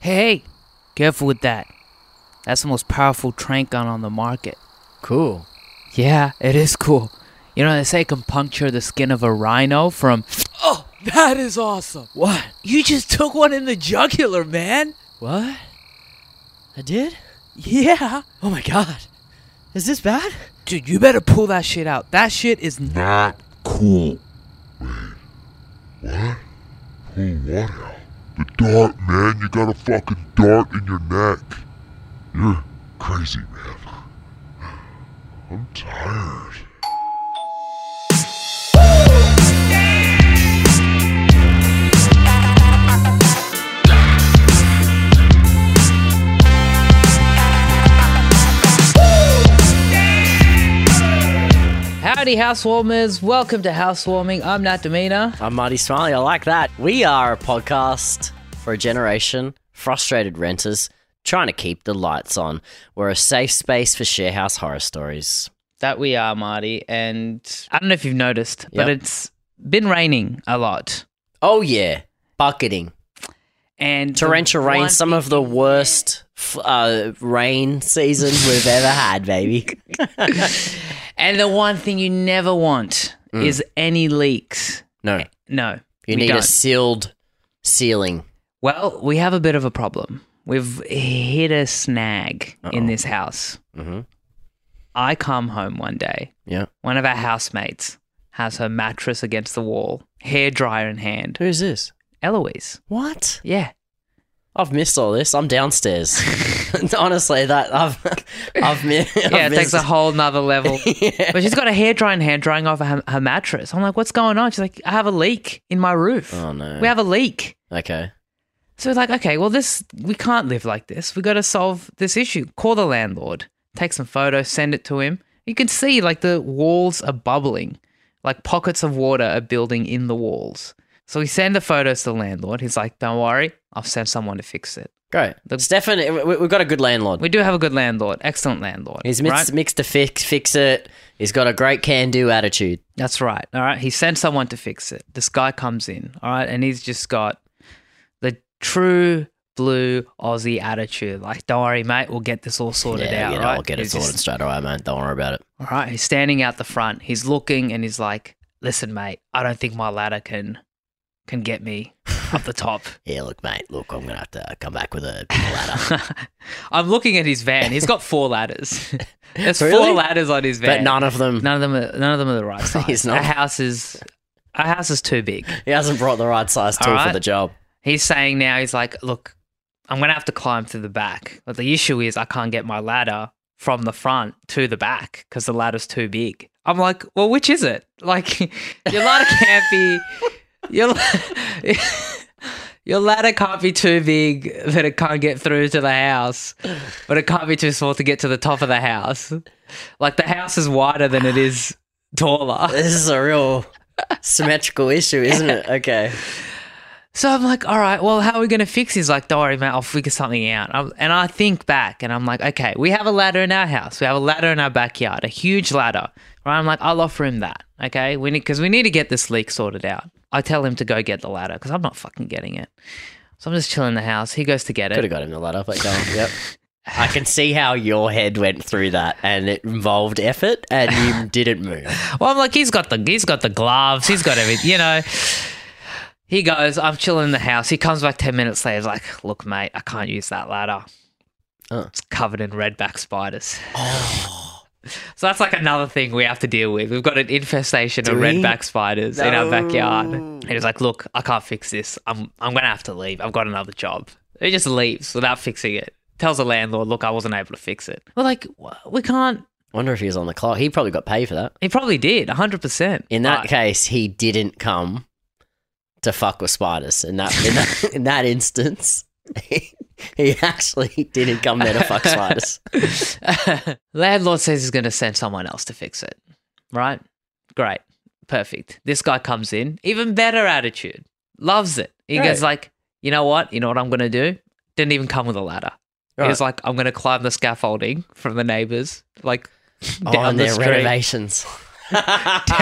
Hey, careful with that. That's the most powerful trank gun on the market. Cool. Yeah, it is cool. You know, they say it can puncture the skin of a rhino from. Oh, that is awesome. What? You just took one in the jugular, man. What? I did? Yeah. Oh my god. Is this bad? Dude, you better pull that shit out. That shit is. N- Not cool. Wait. What? Pull what out? The dart, man. You got a fucking dart in your neck. You're crazy, man. I'm tired. Howdy, housewarmers. Welcome to Housewarming. I'm Nat Demina. I'm Marty Smiley. I like that. We are a podcast for a generation, frustrated renters, trying to keep the lights on. We're a safe space for sharehouse horror stories. That we are, Marty. And I don't know if you've noticed, but Yep. it's been raining a lot. Oh yeah, bucketing, And the torrential rain, one some of the worst f- uh, rain season we've ever had, baby. And the one thing you never want is any leaks. No, No. Mm. you we need a don't. sealed ceiling. Well, we have a bit of a problem. We've hit a snag in this house. Mhm. I come home one day. Yeah. One of our housemates has her mattress against the wall, hair dryer in hand. Who's this? Eloise. What? Yeah. I've missed all this. I'm downstairs. Honestly, that I've I've, mi- I've Yeah, it takes missed. a whole nother level. yeah. But she's got a hair dryer in hand drying off her, her mattress. I'm like, what's going on? She's like, I have a leak in my roof. Oh no. We have a leak. okay. So we're like, okay, well, this we can't live like this. We got to solve this issue. Call the landlord, take some photos, send it to him. You can see like the walls are bubbling, like pockets of water are building in the walls. So we send the photos to the landlord. He's like, don't worry, I'll send someone to fix it. Great. Stefan, we, we've got a good landlord. We do have a good landlord, excellent landlord. He's mixed, right? mixed to fix fix it. He's got a great can do attitude. That's right. All right. He sent someone to fix it. This guy comes in. All right. And he's just got the true blue Aussie attitude. Like, don't worry, mate. We'll get this all sorted yeah, out. you know, right? I'll get it He's sorted just- straight away, man. Don't worry about it. all right. He's standing out the front. He's looking and he's like, listen, mate, I don't think my ladder can can get me up the top. Yeah, look, mate. Look, I'm gonna have to come back with a ladder. I'm looking at his van. He's got four ladders. There's Really? four ladders on his van. but none of them. None of them are none of them are the right size. He's not. Our house is our house is too big. He hasn't brought the right size tool for Alright. the job. he's saying now he's like, look, I'm gonna have to climb through the back. But the issue is I can't get my ladder from the front to the back because the ladder's too big. I'm like, well, which is it? Like, your ladder can't be your la- your ladder can't be too big that it can't get through to the house, but it can't be too small to get to the top of the house. Like the house is wider than it is taller. This is a real symmetrical issue, isn't it? Okay. So I'm like, all right, well, how are we going to fix this? Like, don't worry, mate, I'll figure something out. i and I think back and I'm like, okay, we have a ladder in our house. We have a ladder in our backyard, a huge ladder. Right? I'm like, I'll offer him that. Okay. We need, because we need to get this leak sorted out. I tell him to go get the ladder because I'm not fucking getting it. So I'm just chilling in the house. He goes to get Could it. have got him the ladder, but don't. Yep. I can see how your head went through that, and it involved effort, and you didn't move. Well, I'm like, he's got the he's got the gloves. He's got everything. You know. He goes. I'm chilling in the house. He comes back ten minutes later. He's like, look, mate, I can't use that ladder. Oh. It's covered in redback spiders. So that's like another thing we have to deal with. We've got an infestation of Do we? redback spiders in our backyard. No. And he's like, "Look, I can't fix this. I'm I'm gonna have to leave. I've got another job." He just leaves without fixing it. Tells the landlord, "Look, I wasn't able to fix it." We're like, "Wha- "We can't." Wonder if he was on the clock. He probably got paid for that. He probably did, hundred percent. In that case, he didn't come to fuck with spiders. In that in that, in that instance, he, he actually didn't come there to fuck spiders. Landlord says he's going to send someone else to fix it. Right? Great. Perfect. This guy comes in, even better attitude. Loves it. He goes Right. like, "You know what? You know what I'm going to do?" Didn't even come with a ladder. He was like, "I'm going to climb the scaffolding from the neighbors, like Oh, down and the their street, renovations.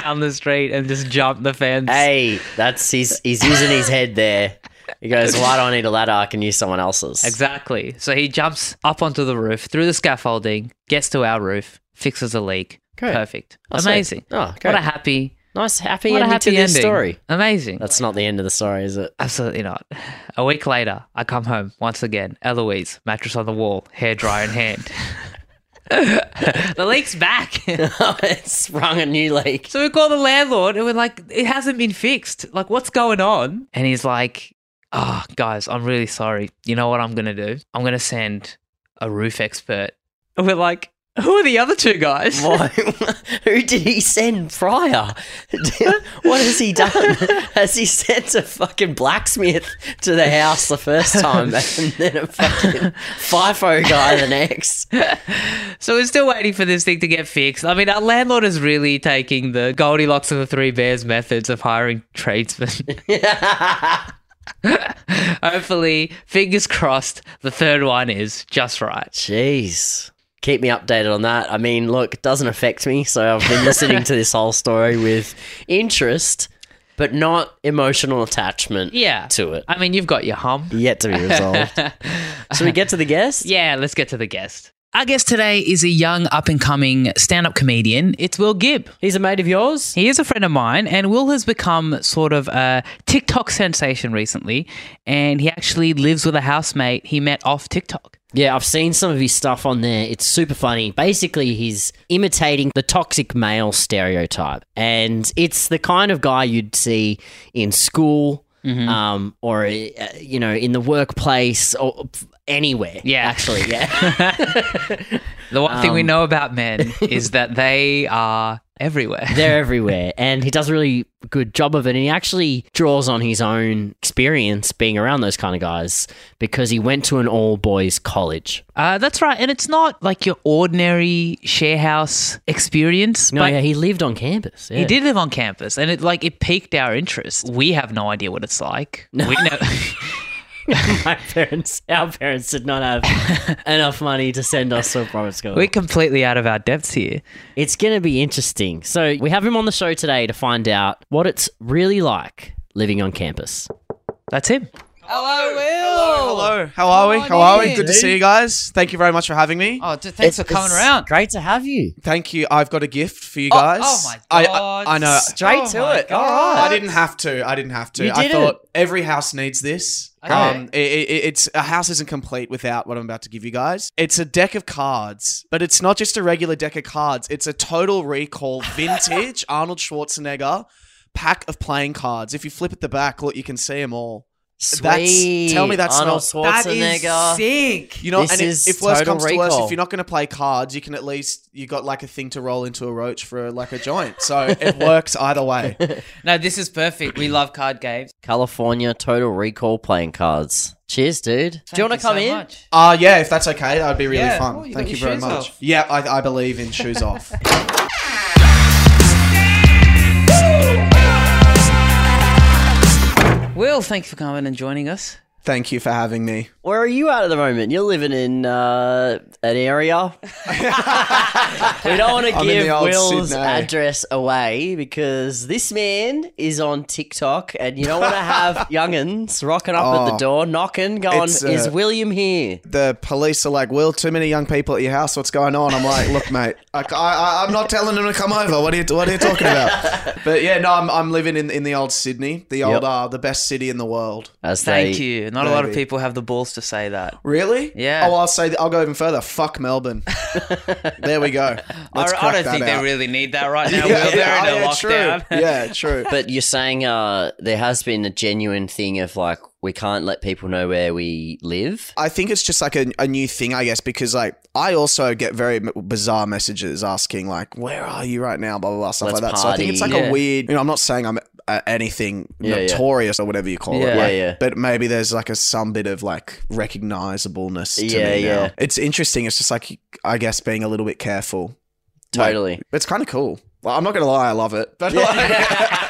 down the street and just jump the fence." hey, that's he's he's using his head there. He goes, "Why do I need a ladder? I can use someone else's." Exactly. So he jumps up onto the roof, through the scaffolding, gets to our roof, fixes a leak. Great. Perfect. Oh, sweet. Amazing. Oh, great. What a happy, nice, happy what a ending happy to ending. this story. Amazing. That's not the end of the story, is it? Absolutely not. A week later, I come home once again. Eloise, mattress on the wall, hair dryer in hand. the leak's back. it sprung a new leak. So we call the landlord and we're like, it hasn't been fixed. Like, what's going on? And he's like, oh, guys, I'm really sorry. You know what I'm going to do? I'm going to send a roof expert. And we're like, who are the other two guys? Why? Who did he send prior? what has he done? Has he sent a fucking blacksmith to the house the first time and then a fucking FIFO guy the next? So we're still waiting for this thing to get fixed. I mean, our landlord is really taking the Goldilocks and the Three Bears methods of hiring tradesmen. Hopefully, fingers crossed, the third one is just right. Jeez. Keep me updated on that. I mean, look, it doesn't affect me, so I've been listening to this whole story with interest, but not emotional attachment Yeah. to it. I mean, you've got your hum. Yet to be resolved. so we get to the guest? Yeah, let's get to the guest. Our guest today is a young up and coming stand up comedian. It's Will Gibb. He's a mate of yours? He is a friend of mine, and Will has become sort of a TikTok sensation recently. And he actually lives with a housemate he met off TikTok. Yeah, I've seen some of his stuff on there. It's super funny. Basically, he's imitating the toxic male stereotype. And it's the kind of guy you'd see in school Mm-hmm. um, or, uh, you know, in the workplace or anywhere. Yeah. Actually, yeah. The one Um, thing we know about men is that they are everywhere. They're everywhere. And he does a really good job of it. And he actually draws on his own experience being around those kind of guys because he went to an all boys college. Uh, that's right. And it's not like your ordinary sharehouse experience. No, but yeah, he lived on campus. He yeah. did live on campus, and it like it piqued our interest. We have no idea what it's like. We know. my parents, our parents did not have enough money to send us to a private school. We're completely out of our depths here. it's going to be interesting. So we have him on the show today to find out what it's really like living on campus. That's him. Hello, Will. Hello. How are we? Come on How are we? in. Good to see you guys. Thank you very much for having me. Oh, d- thanks for coming around. Great to have you. Thank you. I've got a gift for you guys. oh my I- God. I, I know. Straight Oh to my it. God. All right. I didn't have to. I didn't have to. You I didn't. thought every house needs this. Okay. Um, i i it's a house isn't complete without what I'm about to give you guys. It's a deck of cards, but it's not just a regular deck of cards. It's a total recall vintage Arnold Schwarzenegger pack of playing cards. If you flip at the back, look, you can see them all. Sweet. That's tell me that's Arnold not That Schwarzenegger. is sick. You know, This and if- is if worse Total comes to worse, Recall. if you're not going to play cards, you can at least you got like a thing to roll into a roach for like a joint. So it works either way. No, this is perfect. We love card games. California Total Recall playing cards. Cheers, dude. Do you want to come in? Uh yeah, if that's okay, that'd be really Yeah. fun. Oh, you got Thank you your shoes very much. off. Yeah, I, I believe in shoes off. Will, thanks for coming and joining us. Thank you for having me. Where are you at at the moment? You're living in uh, an area. we don't want to I'm in give the old Will's Sydney. address away because this man is on TikTok, and you don't want to have younguns rocking up at the Oh. door, knocking, going, It's, uh, "Is William here?" The police are like, "Will, too many young people at your house. What's going on?" I'm like, "Look, mate, I, I, I'm not telling them to come over. What are you, what are you talking about?" But yeah, no, I'm, I'm living in, in the old Sydney, the Yep. old uh, the best city in the world. As Thank they- you. Not a lot of Maybe. people have the balls to say that. Really? Yeah. Oh, I'll say I'll go even further. Fuck Melbourne. there we go. Let's I, I crack don't that think out. they really need that right now. Yeah, Will, they're yeah, oh, in a yeah, lockdown. True. Yeah, true. But you're saying uh, there has been a genuine thing of like we can't let people know where we live. I think it's just like a, a new thing, I guess, because like I also get very m- bizarre messages asking like, "Where are you right now?" Blah blah blah stuff Let's like that. So I think it's like party. Yeah. a weird. You know, I'm not saying I'm uh, anything Yeah, yeah. notorious or whatever you call Yeah. it. Yeah, like, yeah. But maybe there's like a some bit of like recognizableness. To Yeah, me now. yeah. It's interesting. It's just like I guess being a little bit careful. Totally. It's kind of cool. Like, I'm not gonna lie, I love it. But like,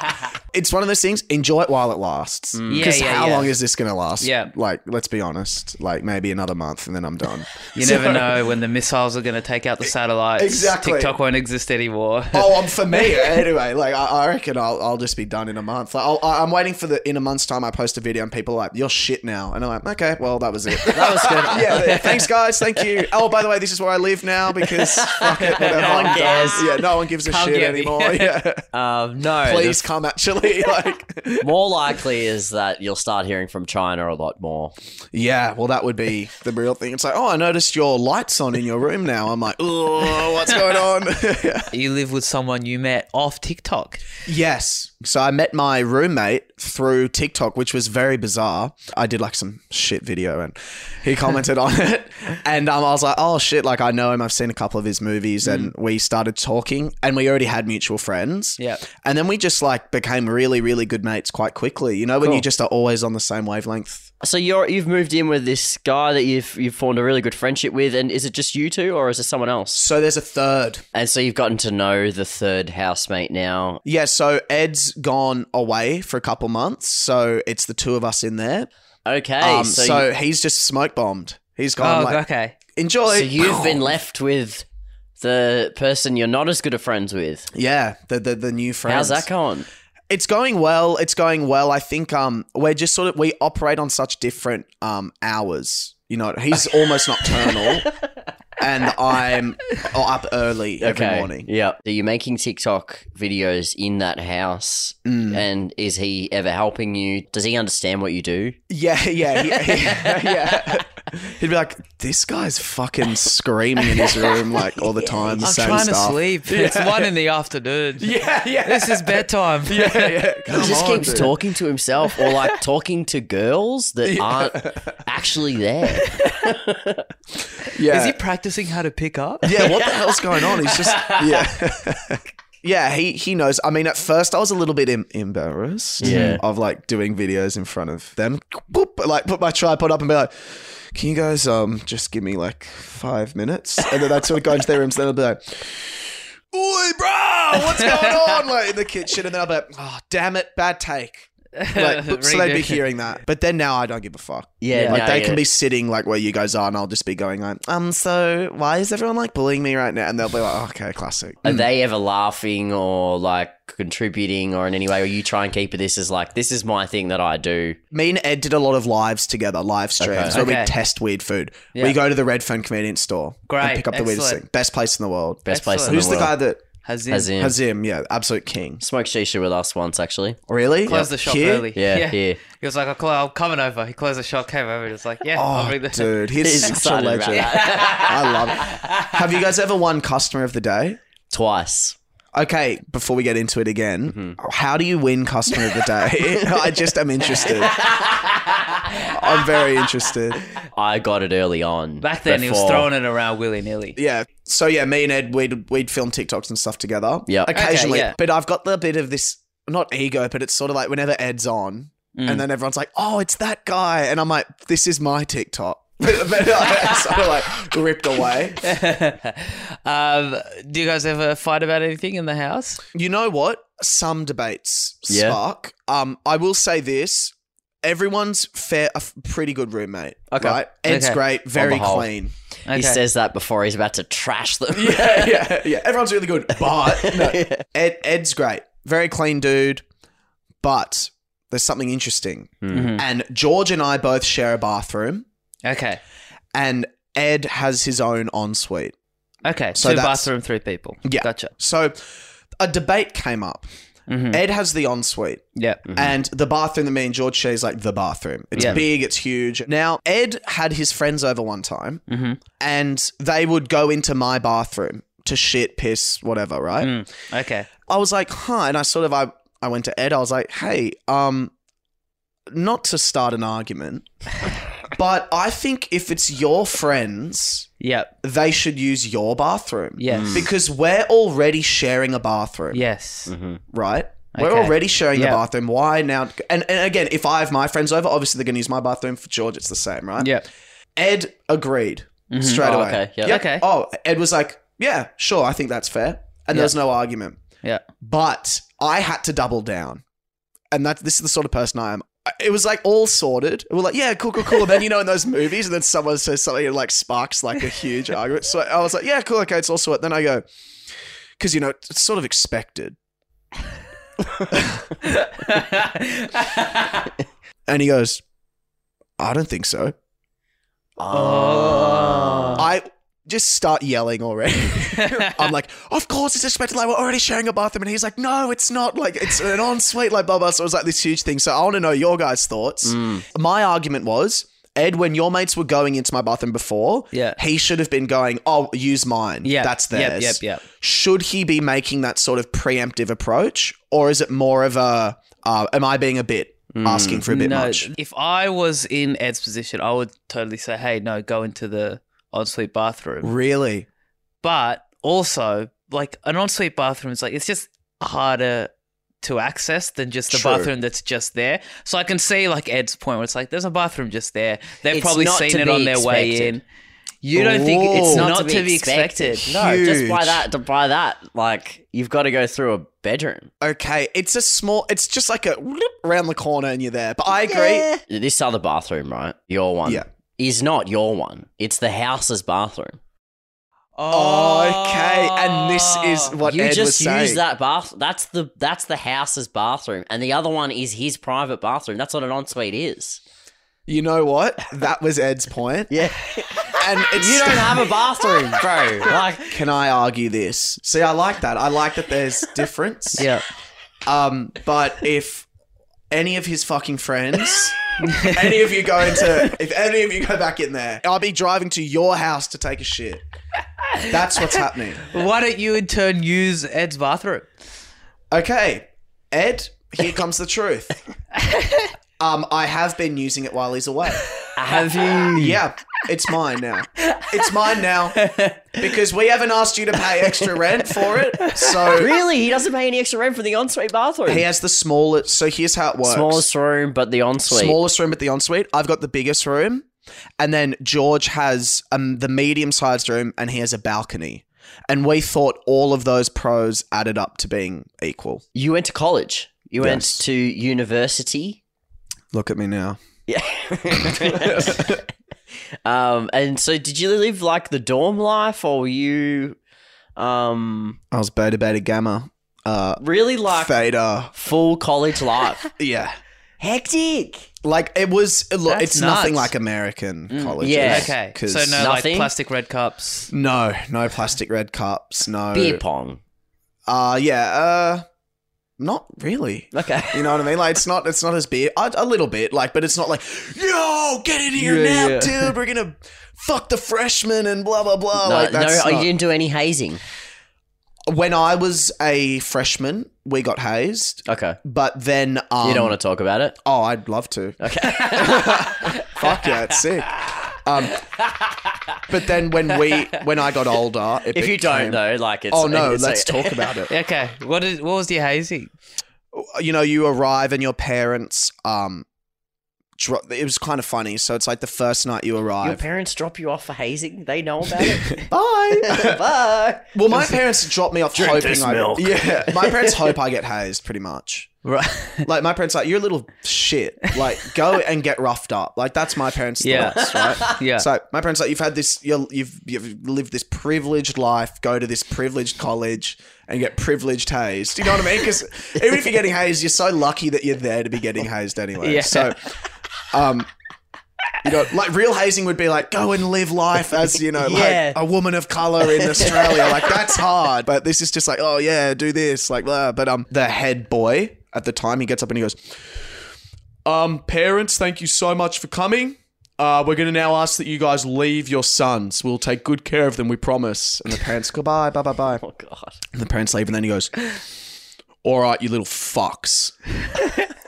It's one of those things. Enjoy it while it lasts. Yeah, Because yeah, how yeah. long is this going to last? Yeah. Like, let's be honest. Like maybe another month, and then I'm done. You So- E- never know when the missiles are going to take out the satellites. Exactly. TikTok won't exist anymore. oh, um, for me anyway. Like I, I reckon I'll, I'll just be done in a month. Like I'll, I'm waiting for the in a month's time. I post a video and people are like you're shit now, and I'm like okay, well that was it. that was good. yeah, yeah, thanks guys, thank you. Oh, by the way, this is where I live now because fuck it, whatever. No one cares. Yeah, no one gives a Come shit get me. anymore. Yeah, Um, no, the please come actually. Like More likely is that you'll start hearing from China a lot more. yeah, well that would be the real thing. It's like oh, I noticed your lights on in your room now. I'm like oh, what's going on? you live with someone you met off TikTok. Yes. So I met my roommate through TikTok, which was very bizarre. I did like some shit video and he commented on it. And um, I was like, oh shit, like I know him. I've seen a couple of his movies. And we started talking and we already had mutual friends. Yeah. And then we just like became really, really good mates quite quickly. You know, when you just are always on the same wavelength. So you're you've moved in with this guy that you've you've formed a really good friendship with, and is it just you two, or is it someone else? So there's a third. And so you've gotten to know the third housemate now. Yeah. So Ed's gone away for a couple months. So it's the two of us in there. Okay, um, so so you- he's just smoke bombed. He's Oh, gone like, okay. enjoy. so you've been left with the person you're not as good of friends with. Yeah, the the, the new friends. How's that going? It's going well. It's going well. I think um we're just sort of we operate on such different um hours. You know, he's almost nocturnal, and I'm up early every morning. Yeah. Are you making TikTok videos in that house? Mm. And is he ever helping you? Does he understand what you do? Yeah, yeah, he, he- yeah. He'd be like, "This guy's fucking screaming in his room like all the time." The I'm same trying stuff." to sleep. It's one in the afternoon. Yeah, yeah. This is bedtime. yeah, yeah. He just Come on, keeps dude. talking to himself or like talking to girls that aren't actually there. Yeah. Is he practicing how to pick up? Yeah, what the hell's going on? He's just yeah. Yeah, he, he knows. I mean, at first I was a little bit em- embarrassed Yeah. of like doing videos in front of them. Boop, like put my tripod up and be like, "Can you guys um just give me like five minutes?" And then I'd sort of go into their rooms. Then I'd be like, "Oi, bro, what's going on?" Like in the kitchen, and then I'd be like, "Oh, damn it, bad take." Like, boop, so they'd be Redo. hearing that. But then now I don't give a fuck. Yeah, Like no, they yeah. can be sitting like where you guys are, and I'll just be going like, um, so why is everyone like bullying me right now? And they'll be like, oh, okay, classic. Are they ever laughing or like contributing or in any way? Or you try and keep it this as like, this is my thing that I do. Me and Ed did a lot of lives together, live streams Okay. where we Okay. test weird food. Yeah. We go to the Redfern convenience store and Great, pick up the weirdest excellent. thing. Best place in the world. Best place in Who's the, the world. guy that Has in. As in, Hazim? Yeah, absolute king. smoked shisha with us once actually. Really? Closed the shop Here? early. Yeah, here. He was like, "I'll- I'm coming over. He closed the shop, came over, and it's like, yeah, I'll Oh, bring the. dude, he's, He's such a excited about legend. I love it. Have you guys ever won customer of the day? Twice. Okay, before we get into it again, Mm-hmm. how do you win customer of the day? I just am interested. I'm very interested. I got it early on. Back then, he was before- throwing it around willy nilly. Yeah. So yeah, me and Ed we'd we'd film TikToks and stuff together. Yeah. Okay, Occasionally. yeah. But I've got the bit of this not ego, but it's sort of like whenever Ed's on Mm. and then everyone's like, Oh, it's that guy and I'm like, This is my TikTok. But but I sort of like ripped away. um, do you guys ever fight about anything in the house? You know what? Some debates Yeah. spark. Um, I will say this: everyone's fair, a f- pretty good roommate. Okay. right? Ed's Okay. great, very whole. clean. He says that before he's about to trash them. Yeah, yeah, yeah. Everyone's really good, but no. Ed, Ed's great, very clean dude. But there's something interesting, Mhm. and George and I both share a bathroom, Okay. and Ed has his own ensuite. Okay. So Two that's- bathroom, three people. Yeah. Gotcha. So a debate came up. Mhm. Ed has the ensuite. Yeah. And the bathroom that me and George share is like the bathroom. It's Mm-hmm. Yeah. big, it's huge. Now, Ed had his friends over one time Mhm. and they would go into my bathroom to shit, piss, whatever, right? Mm. Okay. I was like, huh. And I sort of, I, I went to Ed, I was like, hey, um, not to start an argument, but I think if it's your friends, Yep. they should use your bathroom. Yes. Because we're already sharing a bathroom Yes. Mm-hmm. right? We're Okay. already sharing Yeah. the bathroom. Why now? And, and again, if I have my friends over, obviously they're going to use my bathroom. For George, it's the same, right? Yep. Ed agreed Mm-hmm. straight Oh, away. okay. Yeah. Okay. Oh, Ed was like, yeah, sure. I think that's fair. And Yeah. there was no argument. Yeah. But I had to double down. and that this is the sort of person I am. I- It was like all sorted. We're like, yeah, cool, cool, cool. And then you know, in those movies, and then someone says something and like sparks like a huge argument. So I was like, yeah, cool, okay, it's all sorted. Then I go, because you know, it's sort of expected. And he goes, I don't think so. oh. I just start yelling already. I'm like, of course it's expected. Like we're already sharing a bathroom, and he's like, no, it's not. Like it's an ensuite. Like blah blah. So it was like this huge thing. So I want to know your guys' thoughts. Mm. Mm-hmm. My argument was. Ed, when your mates were going into my bathroom before, Yeah. he should have been going, Oh, use mine. Yep, That's yep, theirs. yep, yep. Should he be making that sort of preemptive approach? Or is it more of a, uh, Am I being a bit asking for a bit Mm. no, much? if I was in Ed's position, I would totally say, "Hey, no, go into the ensuite bathroom." Really? But also, like an ensuite bathroom is like it's just harder to access than just the True. bathroom that's just there. So I can see like Ed's point where it's like there's a bathroom just there. They've It's probably not seen to it be on their way expected. in. You don't think it's Ooh. not, to, be expected? No, just by Huge. that, to buy that, like you've got to go through a bedroom. Okay, it's a small. It's just like a whoop around the corner, and you're there. But I agree. This other bathroom, right? Your one, Yeah. is not your one. It's the house's bathroom. Oh, Okay, and this Ah. is what Ah. you Ed just was saying. use that bath. That's the that's the house's bathroom, and the other one is his private bathroom. That's what an ensuite is. You know what? That was Ed's point. Yeah, and it's, you don't have a bathroom, bro. Like, Can I argue this? See, I like that. I like that. There's difference. Yeah. Um, but if any of his fucking friends, any of you go into, if any of you go back in there, I'll be driving to your house to take a shit. That's what's happening. Why don't you in turn use Ed's bathroom? Okay, Ed, here comes the truth. Um, I have been using it while he's away. have you? Yeah, it's mine now. It's mine now because we haven't asked you to pay extra rent for it. So Really, he doesn't pay any extra rent for the ensuite bathroom. he has the smallest. So here's how it works: Smallest room, but the ensuite. smallest room at the ensuite. I've got the biggest room, and then George has um, the medium-sized room, and he has a balcony. And we thought all of those pros added up to being equal. You went to college. You went Yes. to university. Look at me now. Yeah. um, and so did you live like the dorm life or were you um I was beta, beta, gamma, uh, really like theta. full college life? Yeah. Hectic. Like it was. Look, That's it's nothing nuts. like American colleges. Mm. yeah. Okay. 'cause- So no Nothing? like plastic red cups. No, no plastic red cups. No. Beer pong. Uh yeah. Uh, not really. Okay. You know what I mean? Like it's not. It's not as beer. A, a little bit. Like, but it's not like, yo, get in here Yeah, now, yeah. dude. We're gonna fuck the freshmen and blah blah blah. no, like no, that's oh, not- you didn't do any hazing. when I was a freshman, we got hazed. Okay. But then, um, you don't want to talk about it. Oh, I'd love to. Okay. Fuck yeah, it's sick. Um, but then when we when I got older, it if you don't became- though, like it's oh no, it's let's like- talk about it. Okay. What is what was the hazing? uh, you know, you arrive and your parents, um, dro- it was kind of funny. So it's like the first night you Your arrive. parents drop you off for hazing. They know about it. Bye. Bye. well, my parents dropped me off Drink hoping this I. milk. Yeah, my parents hope I get hazed pretty much. Right. Like my parents, are like you're a little shit. Like go and get roughed up. Like that's my parents' Yeah. thoughts, right? Yeah. So my parents are like you've had this, you're, you've you've lived this privileged life. Go to this privileged college and get privileged hazed. You know what I mean? Because even if you're getting hazed, you're so lucky that you're there to be getting hazed anyway. Yeah. So, um, you know, like real hazing would be like go and live life as you know, Yeah. like a woman of color in Australia. like that's hard. But this is just like, oh yeah, do this, like blah. But um, the head boy at the time he gets up and he goes, um, parents, thank you so much for coming. Uh, we're gonna now ask that you guys leave your sons. We'll take good care of them, we promise. And the parents go bye, bye, bye, bye. Oh god. And the parents leave, and then he goes, All right, you little fucks.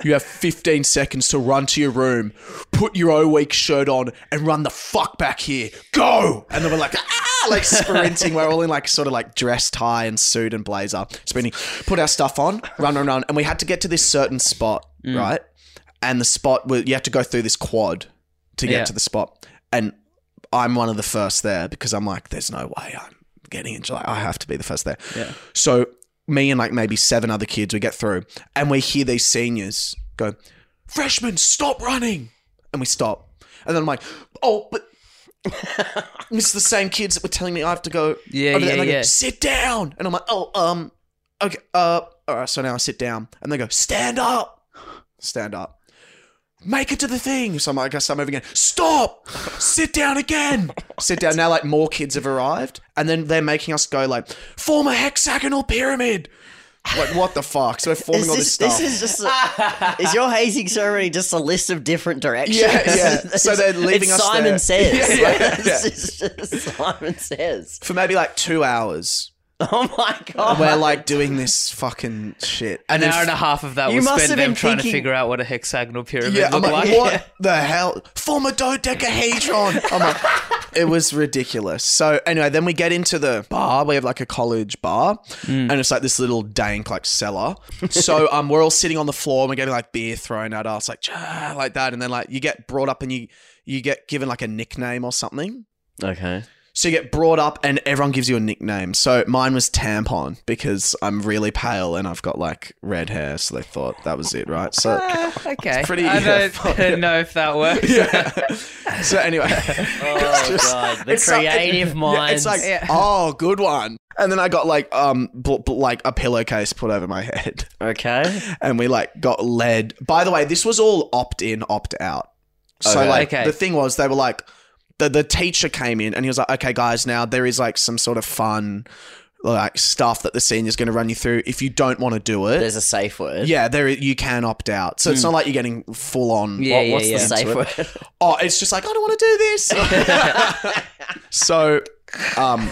You have 15 seconds to run to your room, put your O Week shirt on, and run the fuck back here. Go! And then we're like, ah, like sprinting. We're all in like sort of like dress tie and suit and blazer, sprinting. Put our stuff on, run, run, run. And we had to get to this certain spot, right? And the spot, where you have to go through this quad to get Yeah. to the spot. And I'm one of the first there because I'm like, there's no way I'm getting into like I have to be the first there. Yeah. So me and like maybe seven other kids, we get through and we hear these seniors go, Freshmen, stop running. And we stop. And then I'm like, oh, but it's the same kids that were telling me I have to go Yeah, over there. yeah, And they go, yeah. sit down. And I'm like, oh, um, okay, uh, all right. So now I sit down and they go, stand up, stand up. Make it to the thing. So I'm like, I guess I'm over again. Stop! Sit down again. Sit down. Now, like more kids have arrived, and then they're making us go like, form a hexagonal pyramid. Like what the fuck? So we're forming all this, stuff. is just a, is your hazing ceremony just a list of different directions? Yeah, yeah. So they're leaving it's us Simon there. says. Yeah, yeah, yeah. It's just Simon says. for maybe like two hours. Oh my god! We're like doing this fucking shit. An then hour and a half of that You was must spent have them been trying to thinking- figure out what a hexagonal pyramid Yeah, I'm looked like, like. what the hell? Form a dodecahedron. I'm like, it was ridiculous. So anyway, then we get into the bar. We have like a college bar, and it's like this little dank like cellar. So um, we're all sitting on the floor, and we're getting like beer thrown at us, like "Ah," like that, and then like you get brought up, and you you get given like a nickname or something. okay. So you get brought up, and everyone gives you a nickname. So mine was tampon because I'm really pale and I've got like red hair, so they thought that was it, right? So. Ah, okay. pretty- I yeah, don't fuck, know if that works. Yeah. so anyway, Oh It's just- god! The it's like- creative yeah, minds. it's like, Yeah. oh, good one. And then I got like um bl- bl- like a pillowcase put over my head, okay. and we like got led. By the way, this was all opt in, opt out. So Okay. like Okay. the thing was, they were like, the the teacher came in and he was like, okay, guys, now there is like some sort of fun like stuff that the senior's going to run you through. If you don't want to do it, There's Hmm. a safe word. yeah, there you can opt out. So it's not like you're getting full on. Yeah, yeah, What's yeah. the safe Into it. word? Oh, it's just like I don't want to do this. so, um,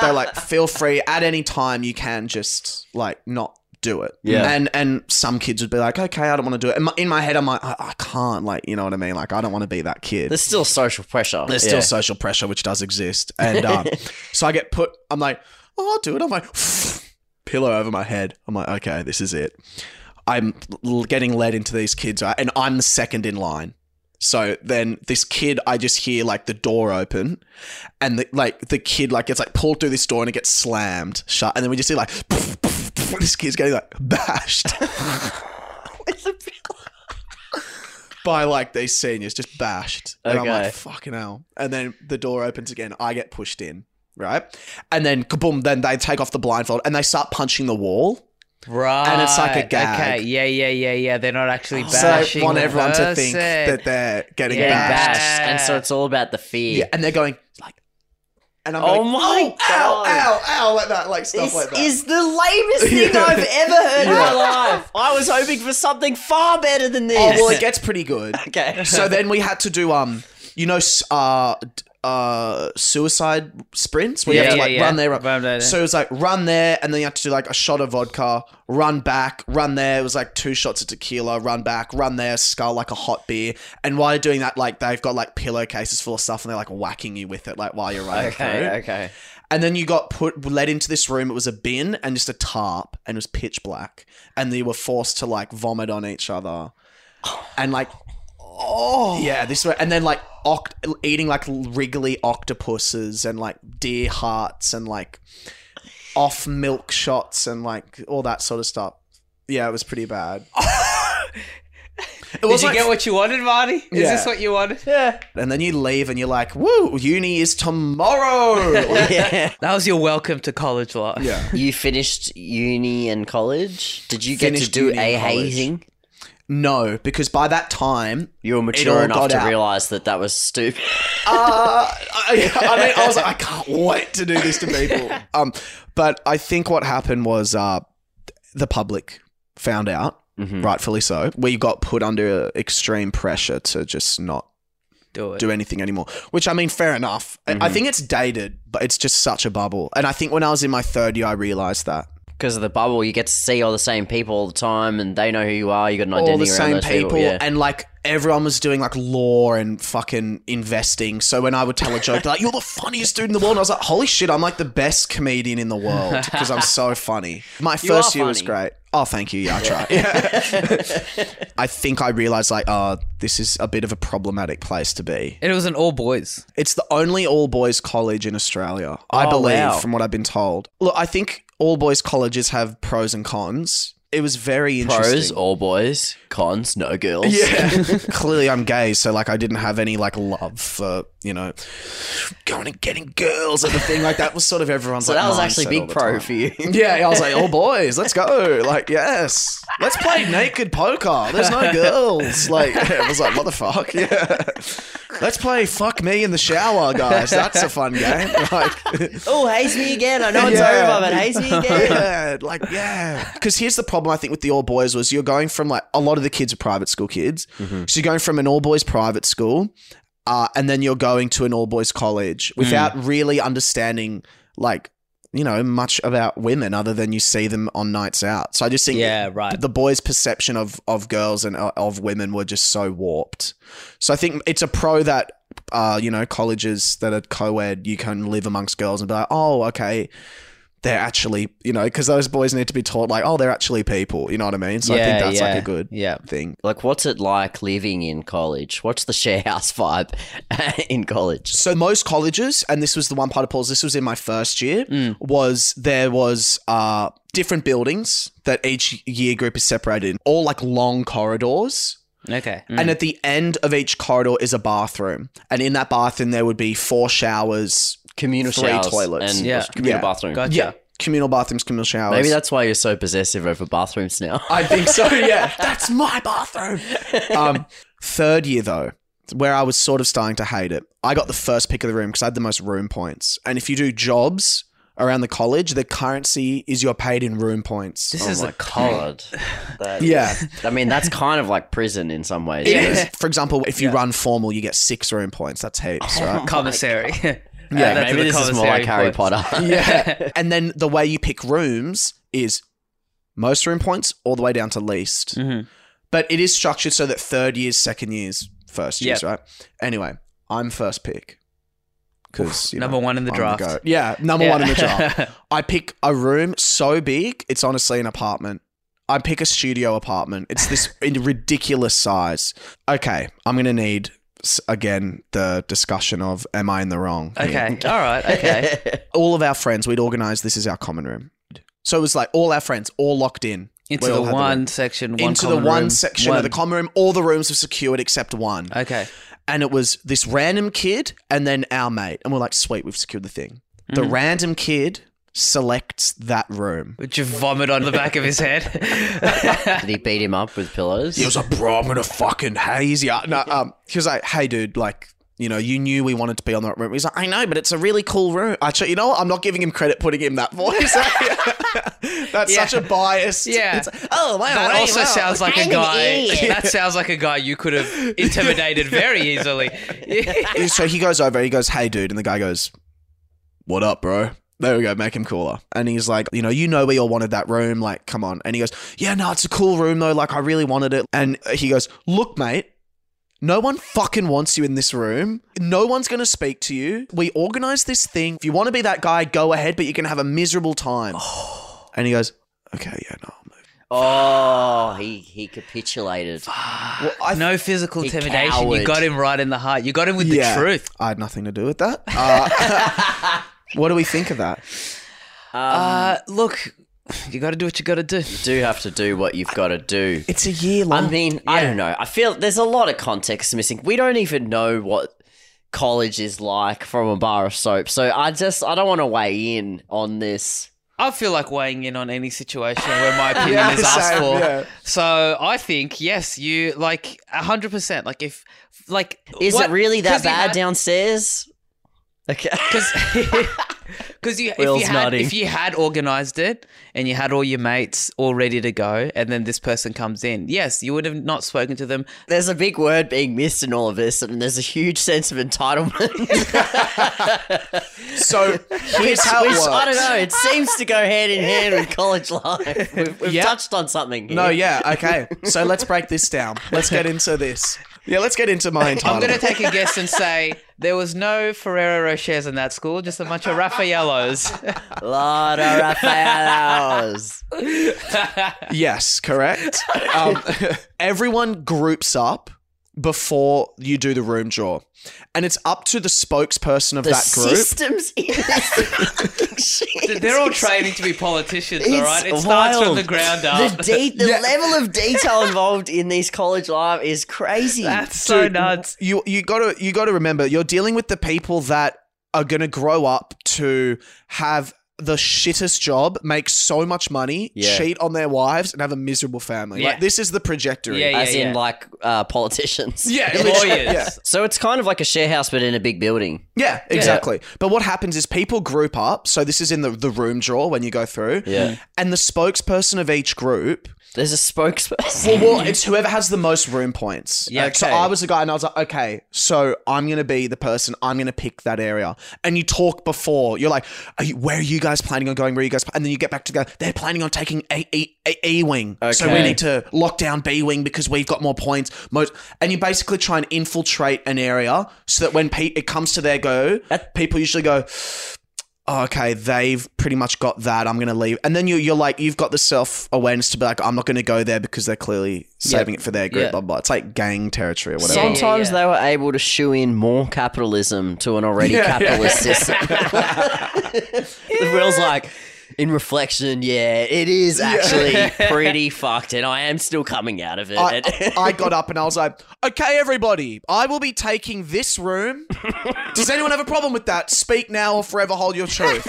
they're like, feel free at any time. You can just like not do it. Yeah. And and some kids would be like, okay, I don't want to do it. And my, in my head, I'm like, I, I can't. Like, you know what I mean? Like, I don't want to be that kid. There's still social pressure. There's still social pressure, which does exist. And um, so I get put. I'm like, oh, I'll do it. I'm like, pillow over my head. I'm like, okay, this is it. I'm l- getting led into these kids, right? and I'm the second in line. So then this kid, I just hear like the door open, and the, like the kid like gets like pulled through this door and it gets slammed shut, and then we just see like this kid's getting like bashed by like these seniors, just bashed. And I'm Okay. like, fucking hell. And then the door opens again. I get pushed in, right? And then kaboom, then they take off the blindfold and they start punching the wall. Right. And it's like a gag. Okay. Yeah, yeah, yeah, yeah. They're not actually so bashing. I want the everyone to think person. that they're getting Yeah. Getting bashed. bashed, and so it's all about the fear. Yeah, and they're going like, and I'm Oh going, my oh, ow, God. ow, ow, like that, like stuff This like that. is the lamest thing I've ever heard in my life. I was hoping for something far better than this. oh well, it gets pretty good. okay. so then we had to do um, you know, s- uh, d- uh, suicide sprints where you Yeah, have to yeah, like yeah. run there, run, Run there. So it was like run there, and then you had to do like a shot of vodka, run back, run there. It was like two shots of tequila, run back, run there, skull like a hot beer. And while you're doing that, like they've got like pillowcases full of stuff, and they're like whacking you with it, like while you're running through. Okay. Okay. And then you got put led into this room. It was a bin and just a tarp, and it was pitch black. And they were forced to like vomit on each other, and like, oh yeah, this way. And then like oct- eating like wriggly octopuses and like deer hearts and like off milk shots and like all that sort of stuff. Yeah, it was pretty bad. it Did was you like get what you wanted, Marty? Is Yeah. this what you wanted? Yeah. and then you leave and you're like, "Woo, uni is tomorrow." Yeah. That was your welcome to college life. yeah. You finished uni and college. Did you get Finished to do uni a and college. hazing? No, because by that time, You were all mature enough got to out. realize that that was stupid. uh, I, I mean, I was like, I can't wait to do this to people. Um, but I think what happened was uh, the public found out, Mhm. rightfully so. We got put under extreme pressure to just not Do it. do anything anymore. Which I mean, fair enough. I- I Mhm. think it's dated, but it's just such a bubble. And I think when I was in my third year, I realized that Because of the bubble, you get to see all the same people all the time, and they know who you are. You got an identity all the around same those people. people, Yeah. and like everyone was doing like law and fucking investing. So when I would tell a joke, they're like you're the funniest dude in the world, and I was like, holy shit, I'm like the best comedian in the world because I'm so funny. My You are first year was funny. great. Oh, thank you. Yeah, I try. I think I realized like, oh, this is a bit of a problematic place to be. And it was an all boys. It's the only all boys college in Australia, I Oh, believe, wow. from what I've been told. Look, I think all boys colleges have pros and cons. It was very interesting. Pros, all boys. Cons, no girls. Yeah. Clearly, I'm gay, so like I didn't have any like love for you know going and getting girls or the thing like that was sort of everyone's. So like, that was actually mindset all big the pro time. for you. Yeah, I was like, oh boys, let's go. Like, yes, let's play naked poker. There's no girls. Like, I was like, what the fuck? Yeah, let's play fuck me in the shower, guys. That's a fun game. Like, Oh, haze me again. I know it's Yeah. over, but haze me again. yeah, like yeah. Because here's the problem I think with the all boys was you're going from like a lot of the kids are private school kids, Mm-hmm. so you're going from an all boys private school, uh, and then you're going to an all boys college Mm. without really understanding like you know much about women other than you see them on nights out. So I just think yeah, right. the boys' perception of of girls and uh, of women were just so warped. So I think it's a pro that uh, you know colleges that are co-ed you can live amongst girls and be like, oh, okay, they're actually you know because those boys need to be taught like, oh, they're actually people. You know what I mean? So I think that's like a good Yeah. thing. Like, what's it like living in college? What's the share house vibe in college? So most colleges, and this was the one part of Paul's. This was in my first year. Mm. Was there was uh, different buildings that each year group is separated in, all like long corridors. Okay. Mm. And at the end of each corridor is a bathroom. And in that bathroom, there would be four showers. Communal Three showers toilets. and Yeah. communal Yeah. bathroom. Gotcha. Yeah. Communal bathrooms, communal showers. Maybe that's why you're so possessive over bathrooms now. I think so, yeah. that's my bathroom. Um, third year, though, where I was sort of starting to hate it, I got the first pick of the room because I had the most room points. And if you do jobs around the college, the currency is you're paid in room points. This is a college. yeah. Oh I mean, that's kind of like prison in some ways. It is. For example, if you run formal, you get six room points. That's heaps, right? Commissary. yeah, Yeah, maybe this is more like Harry Potter. yeah. and then the way you pick rooms is most room points all the way down to least. But it is structured so that third years, second years, first years, right? Anyway, I'm first pick. Because Number one in the draft. Yeah, number one in the draft. I pick a room so big, it's honestly an apartment. I pick a studio apartment. It's this in- ridiculous size. Okay, I'm going to need, s- again, the discussion of am I in the wrong? here? Okay. All right. Okay. all of our friends, we'd organize this is our common room. So it was like all our friends, all locked in. Into We all the had the one room. section. One into the common one room, section one. of the common room. All the rooms were secured except one. Okay. And it was this random kid and then our mate. And we're like, sweet, we've secured the thing. The Mm. random kid selects that room. Would you vomit on the back of his head? Did he beat him up with pillows? He was like, bro, I'm gonna fucking haze you. No, um, he was like, hey, dude, like, you know, you knew we wanted to be on that room. He's like, I know, but it's a really cool room. Actually, you know what? I'm not giving him credit putting him that voice. That's Yeah. such a biased. Yeah. It's, oh, wow. That wow, also wow." sounds like I'm a an guy. idiot. That sounds like a guy you could have intimidated very easily. so he goes over, he goes, Hey dude, and the guy goes, What up, bro? There we go, make him cooler. And he's like, you know, you know we all wanted that room, like, come on. And he goes, Yeah, no, it's a cool room though, like I really wanted it. And he goes, Look, mate, no one fucking wants you in this room. No one's gonna speak to you. We organized this thing. If you wanna be that guy, go ahead, but you're gonna have a miserable time. and he goes, Okay, yeah, no, I'll oh, move. he, he capitulated. no physical He intimidation. cowered. You got him right in the heart. You got him with Yeah. the truth. I had nothing to do with that. Uh, what do we think of that? Um, uh, look, you got to do what you got to do. Um, do have to do what you've got to do. It's a year long. I mean, I don't know. I feel there's a lot of context missing. We don't even know what college is like from a bar of soap. So I just I don't want to weigh in on this. I feel like weighing in on any situation where my opinion is asked same, for. yeah. So I think yes, you like hundred percent. Like if like Is what- it really that 'cause you bad had- downstairs? Okay. Because because you, if you Will's had nodding. if you had organized it and you had all your mates all ready to go, and then this person comes in, yes, you would have not spoken to them. There's a big word being missed in all of this, and there's a huge sense of entitlement. So here's how it which, works. I don't know. It seems to go hand in hand with college life. We've, we've Yeah. touched on something. Here. No, yeah, okay. So let's break this down. Let's get into this. Yeah, let's get into my entitlement. I'm gonna take a guess and say there was no Ferrero Rochers in that school, just a bunch of Raffaellos. Lot of Raffaellos. yes, correct. Um, everyone groups up before you do the room draw. And it's up to the spokesperson of The that group. systems in this Th- They're all training to be politicians, all right? It It's starts from wild. the ground up. The, de- the level of detail involved in these college life is crazy. That's so nuts. you you got to you got to remember you're dealing with the people that are going to grow up to have the shittest job, make so much money, Yeah. cheat on their wives, and have a miserable family. Yeah. Like this is the trajectory. Yeah, as in like uh, politicians. Yeah, Lawyers. Yeah. So it's kind of like a share house, but in a big building. Yeah, exactly. But what happens is people group up. So this is in the, the room draw when you go through. Yeah. And the spokesperson of each group There's a spokesperson. Well, well, it's whoever has the most room points. Yeah, Like, So okay. I was the guy, and I was like, okay, so I'm gonna be the person. I'm gonna pick that area. And you talk before. You're like, are you, where are you guys planning on going? Where are you guys? pl-" And then you get back to the. They're planning on taking A E A- E wing. So we Okay. need to lock down B wing because we've got more points. Most, and you basically try and infiltrate an area so that when pe- it comes to their go, people usually go. "Oh, okay, they've pretty much got that. I'm going to leave. And then you, you're like, you've got the self awareness to be like, I'm not going to go there because they're clearly saving it for their group, Yeah. blah, blah. It's like gang territory or whatever. Yeah, yeah, Sometimes yeah. they were able to shoe in more capitalism to an already capitalist system. The Will's like, in reflection, yeah, it is actually pretty fucked, and I am still coming out of it. I, I- I got up and I was like, okay, everybody, I will be taking this room. Does anyone have a problem with that? Speak now or forever hold your truth.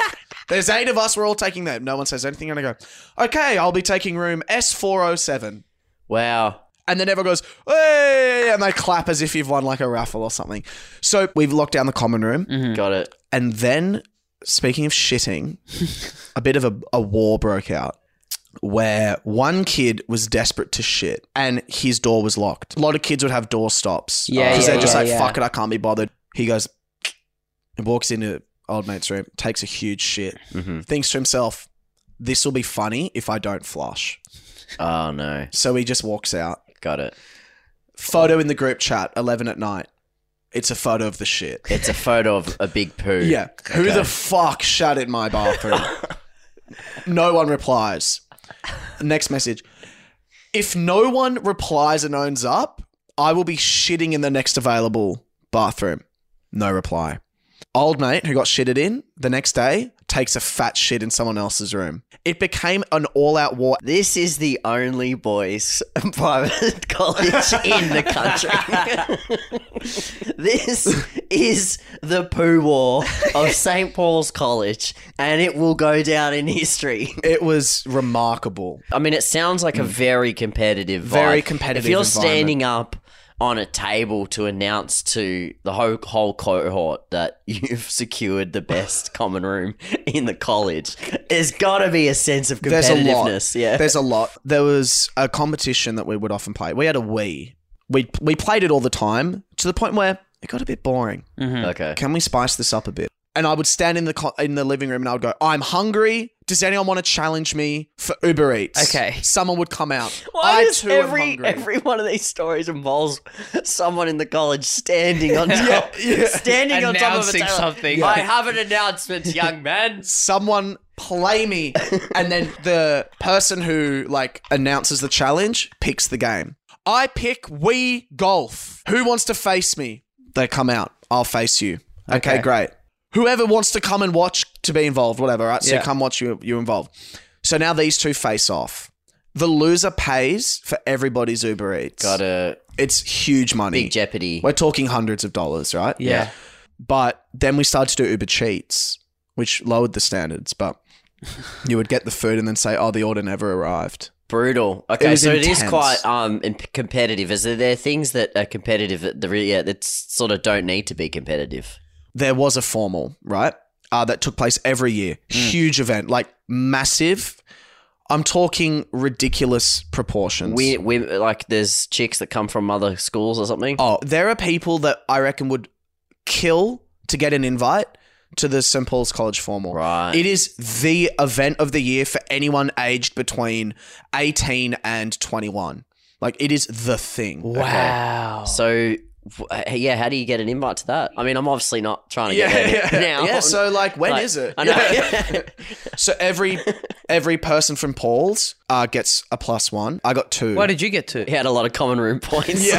There's eight of us. We're all taking that. No one says anything. And I go, okay, I'll be taking room S407. wow. And then everyone goes, hey, and they clap as if you've won like a raffle or something. So we've locked down the common room. Mm-hmm. Got it. And then, speaking of shitting, a bit of a, a war broke out where one kid was desperate to shit and his door was locked. A lot of kids would have door stops. Yeah, Because yeah, they're just yeah, like, yeah. fuck it, I can't be bothered. He goes and walks into old mate's room, takes a huge shit, Mm-hmm. thinks to himself, this will be funny if I don't flush. Oh no, So he just walks out. got it. Photo in the group chat, 11 at night. It's a photo of the shit. It's a photo of a big poo. Yeah. Who the fuck shut in my bathroom? no one replies. Next message. If no one replies and owns up, I will be shitting in the next available bathroom. No reply. Old mate who got shitted in the next day takes a fat shit in someone else's room. It became an all out war. This is the only boys' private college in the country. this is the poo war of St. Paul's College, and it will go down in history. It was remarkable. I mean, it sounds like a very competitive, vibe. Hmm. Very competitive If you're environment. standing up on a table to announce to the whole, whole cohort that you've secured the best common room in the college, there's got to be a sense of There's a lot. competitiveness. Yeah. There's a lot. There was a competition that we would often play. We had a Wii. We we played it all the time to the point where it got a bit boring. Mm-hmm. okay. Can we spice this up a bit? And I would stand in the co- in the living room and I would go, "I'm hungry. Does anyone want to challenge me for Uber Eats?" Okay. Someone would come out. Why I does too am every hungry. every one of these stories involves someone in the college standing on top, standing on top of a Announcing table? something. I have an announcement, young man. someone play me and then the person who like announces the challenge picks the game i pick we golf who wants to face me they come out i'll face you okay, great whoever wants to come and watch to be involved whatever right so Yeah. come watch you you involved so now these two face off the loser pays for everybody's uber eats Got a it's huge money big jeopardy. we're talking hundreds of dollars right Yeah. but then we started to do Uber Cheats, which lowered the standards. But you would get the food and then say, "Oh, the order never arrived." Brutal. Okay, was so it is intense. quite um imp- competitive. Is there, there things that are competitive that the re- yeah that sort of don't need to be competitive? There was a formal right uh, that took place every year, Hmm. huge event, like massive. I'm talking ridiculous proportions. We, we like there's chicks that come from other schools or something. oh, there are people that I reckon would kill to get an invite to the St Paul's College formal. Right. It is the event of the year for anyone aged between 18 and 21. Like it is the thing. Wow. So w- uh, yeah, how do you get an invite to that? I mean, I'm obviously not trying to Yeah, get yeah, one now. yeah. So like, when Like, is it? I know. So every every person from Paul's uh, gets a plus one. I got two. Why did you get to? he had a lot of common room points.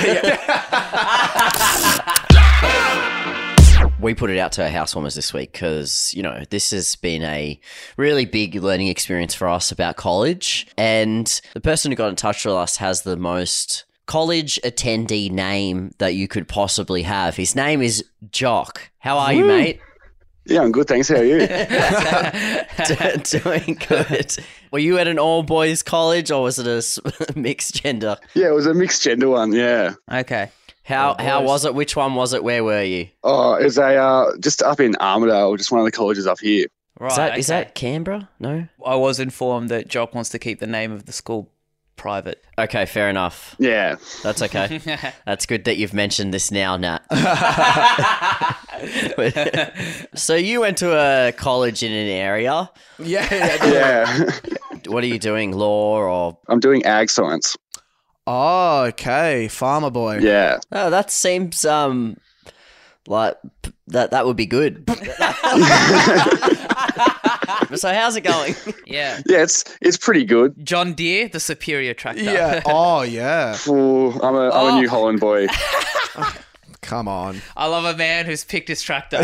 we put it out to our housewarmers this week because you know this has been a really big learning experience for us about college and the person who got in touch with us has the most college attendee name that you could possibly have his name is jock how are you mate Yeah, I'm good. Thanks. How are you? Do- doing good were you at an all boys college or was it a s- mixed gender yeah, it was a mixed gender one. Yeah. Okay. how All how boys. was it which one was it where were you Oh, it was a uh, just up in Armidale, just one of the colleges up here. Right. is that is okay. that canberra no I was informed that Jock wants to keep the name of the school private. okay fair enough Yeah. that's okay That's good that you've mentioned this now, Nat. so you went to a college in an area. Yeah. yeah. Yeah. What are you doing, law or? I'm doing ag science. Oh, okay, farmer boy. Yeah. Oh, that seems um like p- that that would be good. so how's it going? yeah. Yeah, it's it's pretty good. John Deere, the superior tractor. Yeah. Oh, yeah. Ooh, I'm a am a New Holland boy. Come on. I love a man who's picked his tractor.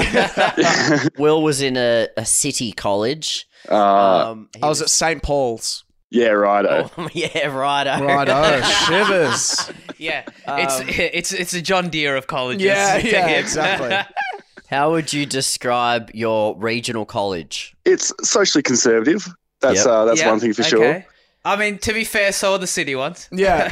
Will was in a, a city college. Uh, Um, he I was at St. Paul's. yeah, Oh. righto. yeah, right. Right. Oh, shivers. yeah. it's it's it's a John Deere of colleges. Um, Yeah. Yeah. Damn. Exactly. How would you describe your regional college? It's socially conservative. That's Yep. uh, that's Yeah, one thing for okay. sure. I mean, to be fair, so are the city ones. Yeah.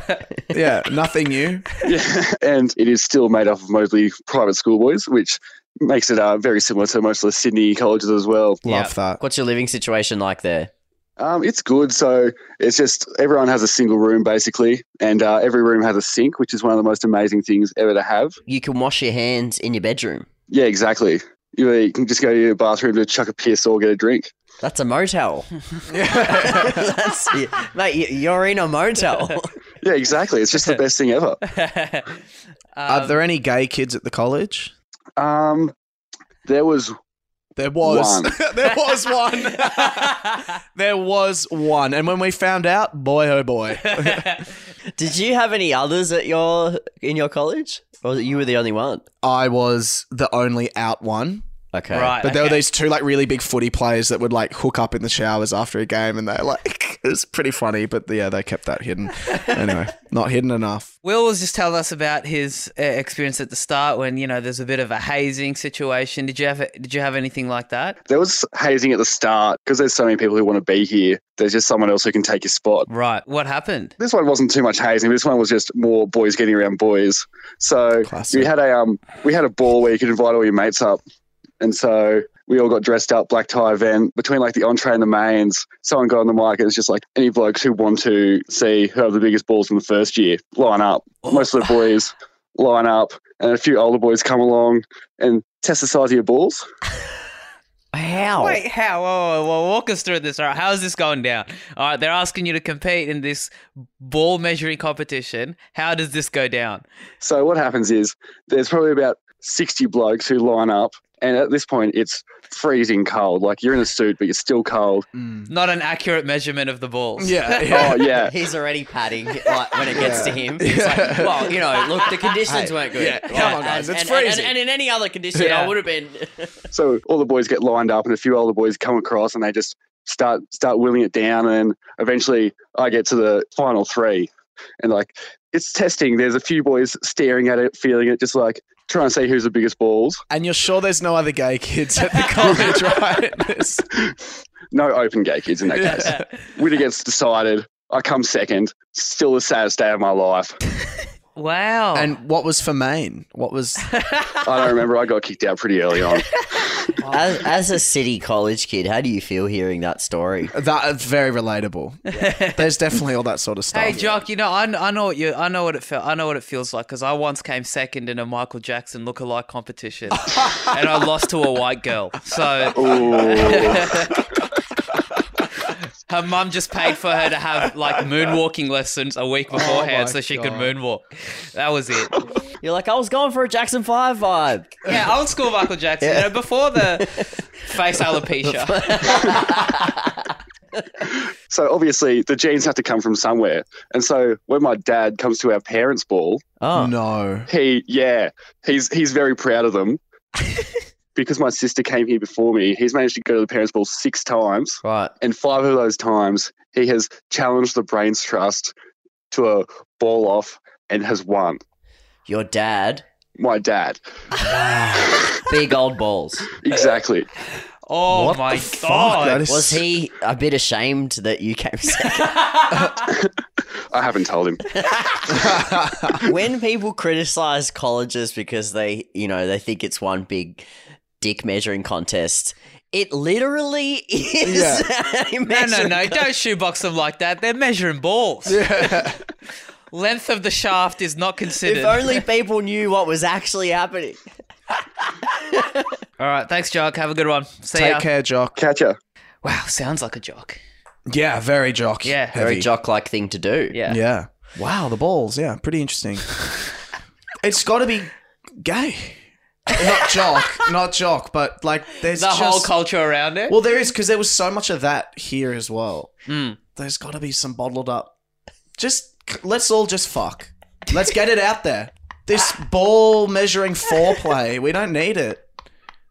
Yeah. Nothing new. Yeah. And it is still made up of mostly private schoolboys, which makes it uh, very similar to most of the Sydney colleges as well. Love that. What's your living situation like there? Um, it's good. So it's just everyone has a single room basically, and uh, every room has a sink, which is one of the most amazing things ever to have. you can wash your hands in your bedroom. Yeah, exactly. You, you can just go to your bathroom to chuck a piss or get a drink. That's a motel. That's, mate, you- you're in a motel. Yeah, exactly. It's just the best thing ever. Um, Are Um, there any gay kids at the college? Um, there was There was. One. there was one. there was one. And when we found out, boy, oh boy. Did you have any others at your in your college, or you were the only one? I was the only out one. Okay, Right. But there were these two like really big footy players that would like hook up in the showers after a game, and they like it was pretty funny. But yeah, they kept that hidden. anyway, not hidden enough. Will was just telling us about his uh, experience at the start when you know there's a bit of a hazing situation. Did you have did you have anything like that? there was hazing at the start because there's so many people who want to be here. There's just someone else who can take your spot. Right. What happened? This one wasn't too much hazing. This one was just more boys getting around boys. So Classic. we had a um we had a ball where you could invite all your mates up, and so we all got dressed up, black tie event between like the entree and the mains. Someone got on the mic. It was just like any blokes who want to see who have the biggest balls from the first year line up. Most of the boys line up, and a few older boys come along and test the size of your balls. How? Wait, how? Whoa, whoa, whoa. Walk us through this. All right, how is this going down? All right, they're asking you to compete in this ball measuring competition. How does this go down? So what happens is there's probably about 60 blokes who line up, and at this point it's freezing cold. Like you're in a suit, but you're still cold. Not an accurate measurement of the balls. Mm. Yeah, Oh yeah, He's already padding like, when it gets to him. He's like, well, you know, look, the conditions weren't good. yeah, come Like, on, guys, and, and- it's and- freezing. And, in any other condition, I Yeah. would have been. so all the boys get lined up, and a few older boys come across, and they just start start wheeling it down, and eventually I get to the final three, and like it's testing. There's a few boys staring at it, feeling it, just like trying to see who's the biggest balls. And you're sure there's no other gay kids at the college, right? This- No open gay kids in that case. Winner gets decided. I come second. Still the saddest day of my life. Wow. And what was for Maine? What was? I don't remember. I got kicked out pretty early on. As, as a city college kid, how do you feel hearing that story? That is very relatable. There's definitely all that sort of stuff. Hey Jock, you know I, kn- I know what you I know what it felt I know what it feels like because I once came second in a Michael Jackson lookalike competition and I lost to a white girl. So Ooh. her mum just paid for her to Oh have like moonwalking lessons a week beforehand my so she God. could moonwalk. That was it. You're like, I was going for a Jackson 5 vibe. Yeah, old school Michael Jackson. You know, before the face alopecia. So obviously the genes have to come from somewhere. And so when my dad comes to our parents' ball, Oh, No. he yeah, he's he's very proud of them. because my sister came here before me, he's managed to go to the parents' ball six times. right. And five of those times, he has challenged the Brains Trust to a ball off and has won. Your dad, My dad. big old balls. Exactly. Oh my god. that is- Was he a bit ashamed that you came second? I haven't told him. when people criticize colleges because they, you know, they think it's one big dick measuring contest, it literally is. a No, no, measuring no. Don't shoebox them like that. They're measuring balls. Length of the shaft is not considered. If only people knew what was actually happening. All right. Thanks, Jock. Have a good one. See Take ya. care, Jock. Catch ya. Wow. Sounds like a jock. Yeah, very jock. Yeah. heavy. Very jock like thing to do. Yeah. Yeah. Wow, the balls. Yeah, pretty interesting. it's got to be gay. not jock, not jock, but like there's The whole just- culture around it. Well, there is because there was so much of that here as well. There's got to be some bottled up. Just let's all just fuck. Let's get it out there. This ball measuring foreplay, we don't need it.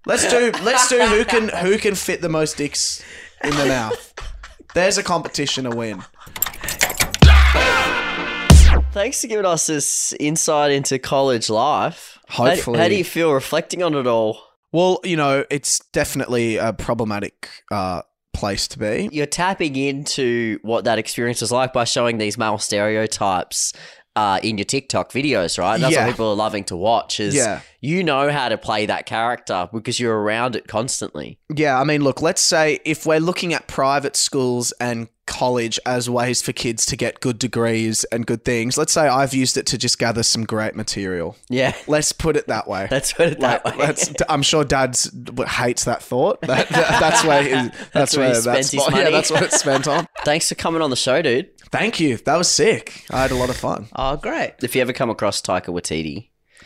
Let's do let's do who can who can fit the most dicks in the mouth. There's a competition to win. Thanks for giving us this insight into college life. How- Hopefully. How, do you feel reflecting on it all? Well, you know, it's definitely a problematic uh, place to be. You're tapping into what that experience was like by showing these male stereotypes uh, in your TikTok videos, right? That's Yeah. what people are loving to watch is Yeah. you know how to play that character because you're around it constantly. Yeah, I mean, look, let's say if we're looking at private schools and college as ways for kids to get good degrees and good things, let's say I've used it to just gather some great material. Yeah. Let's put it that way. That's what it that Like, way. let's- I'm sure Dad's w- hates that thought. That, that- that's where he, that's, That's where where, he that's spent his what, yeah, money. that's what it's spent on. Thanks for coming on the show, dude. Thank you. That was sick. I had a lot of fun. oh, great. If you ever come across Taika Waititi,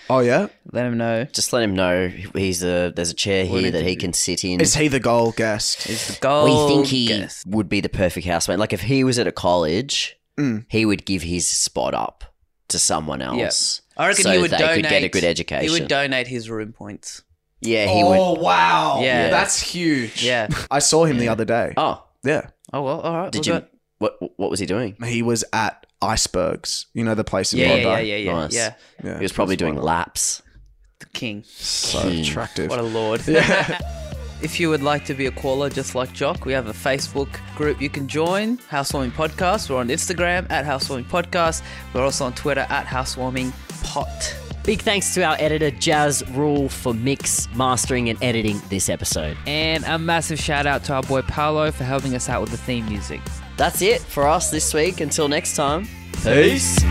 Oh yeah, Let him know. just let him know he's a there's a chair here that he can sit in. is he the goal guest? Is the we goal. think he guess. would be the perfect housemate. Like if he was at a college, Mm. he would give his spot up to someone else. I reckon so he would they donate. could get a good He education. would donate his room points. yeah, he would. Oh, wow! Yeah. that's huge. Yeah. I saw him the other day. Oh, Yeah, Oh well. All right. did we'll you? go- What What was he doing? he was at Icebergs. You know the place in Yeah, Bondi. yeah, yeah, yeah, yeah, Nice. yeah. Yeah, He was probably doing one. laps. The king. so Keen. attractive. What a lord. if you would like to be a caller just like Jock, we have a Facebook group you can join, Housewarming Podcast. We're on Instagram at Housewarming Podcast. We're also on Twitter at Housewarming Pot. Big thanks to our editor, Jazz Rule, for mix, mastering, and editing this episode. And a massive shout out to our boy Paolo for helping us out with the theme music. That's it for us this week. Until next time. Peace.